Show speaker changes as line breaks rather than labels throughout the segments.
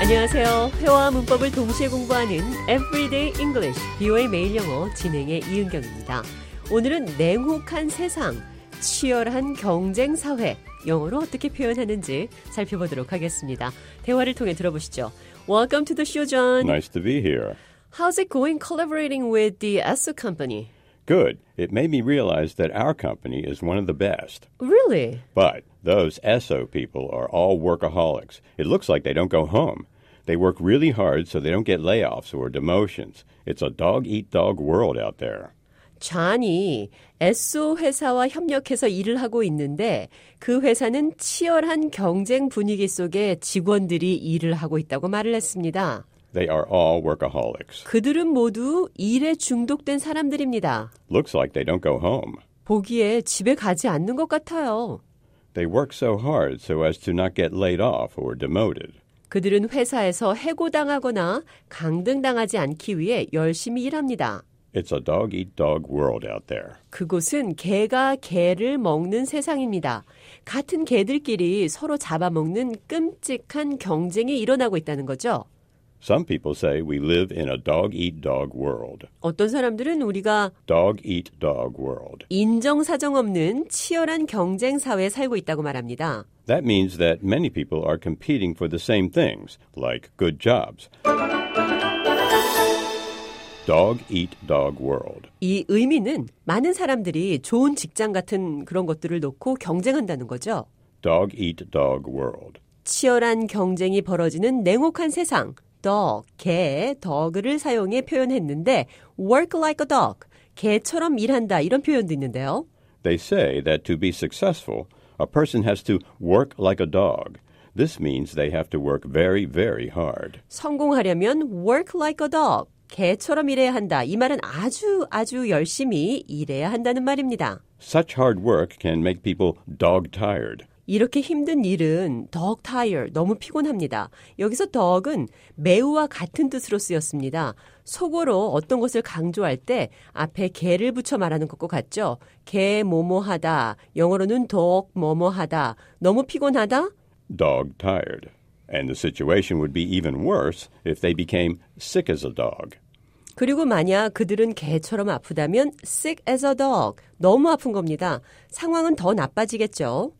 안녕하세요. 회화와 문법을 동시에 공부하는 Everyday English, BO의 매일 영어 진행의 이은경입니다. 오늘은 냉혹한 세상, 치열한 경쟁 사회, 영어로 어떻게 표현하는지 살펴보도록 하겠습니다. 대화를 통해 들어보시죠. Welcome to the show, John.
Nice to be here.
How's it going collaborating with the ESSO company?
Good. It made me realize that our company is one of the best.
Really?
But those SO people are all workaholics. It looks like they don't go home. They work really hard so they don't get layoffs or demotions. It's a dog eat dog world out there.
존이 에sso 회사와 협력해서 일을 하고 있는데 그 회사는 치열한 경쟁 분위기 속에 직원들이 일을 하고 있다고 말을 했습니다.
They are all workaholics.
그들은 모두 일에 중독된 사람들입니다.
Looks like they don't go home.
보기에 집에 가지 않는 것 같아요.
They work so hard so as to not get laid off or demoted.
그들은 회사에서 해고당하거나 강등당하지 않기 위해 열심히 일합니다.
It's a dog eat dog world out there.
그곳은 개가 개를 먹는 세상입니다. 같은 개들끼리 서로 잡아먹는 끔찍한 경쟁이 일어나고 있다는 거죠.
Some people say we live in a dog eat dog world.
어떤 사람들은 우리가
Dog eat dog world.
인정사정 없는 치열한 경쟁 사회에 살고 있다고 말합니다.
That means that many people are competing for the same things, like good jobs. Dog eat dog world.
이 의미는 많은 사람들이 좋은 직장 같은 그런 것들을 놓고 경쟁한다는 거죠.
Dog eat dog world.
치열한 경쟁이 벌어지는 냉혹한 세상, dog, 개, dog를 사용해 표현했는데 work like a dog, 개처럼 일한다 이런 표현도 있는데요.
They say that to be successful, a person has to work like a dog. This means they have to work very, very hard.
성공하려면 work like a dog, 개처럼 일해야 한다. 이 말은 아주 아주 열심히 일해야 한다는 말입니다.
Such hard work can make people dog tired.
이렇게 힘든 일은 dog tired, 너무 피곤합니다. 여기서 dog은 매우와 같은 뜻으로 쓰였습니다. 속어로 어떤 것을 강조할 때 앞에 개를 붙여 말하는 것과 같죠. 개 뭐뭐하다, 영어로는 dog 뭐뭐하다, 너무 피곤하다,
Dog tired. And the situation would be even worse if they became sick as a dog.
그리고 만약 그들은 개처럼 아프다면 sick as a dog. 너무 아픈 겁니다. 상황은 더 나빠지겠죠.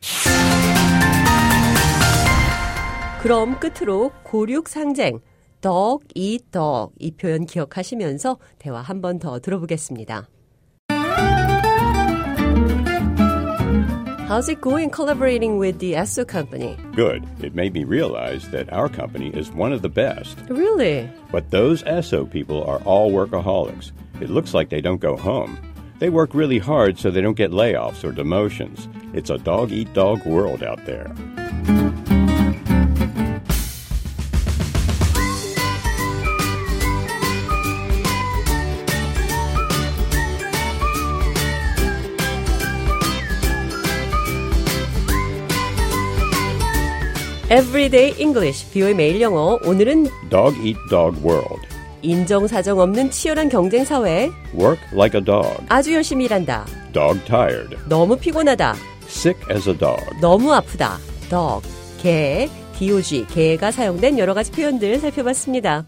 그럼 끝으로 고륙 상쟁 dog eat dog 이 표현 기억하시면서 대화 한 번 더 들어보겠습니다. How's it going collaborating with the ESSO company?
Good. It made me realize that our company is one of the best.
Really?
But those SO people are all workaholics. It looks like they don't go home. They work really hard so they don't get layoffs or demotions. It's a dog eat dog world out there.
Everyday English, 비오의 매일 영어. 오늘은
Dog eat dog world.
인정사정 없는 치열한 경쟁 사회에
Work like a dog.
아주 열심히 일한다.
Dog tired.
너무 피곤하다.
Sick as a dog.
너무 아프다. dog, 개, dog, 개가 사용된 여러 가지 표현들 살펴봤습니다.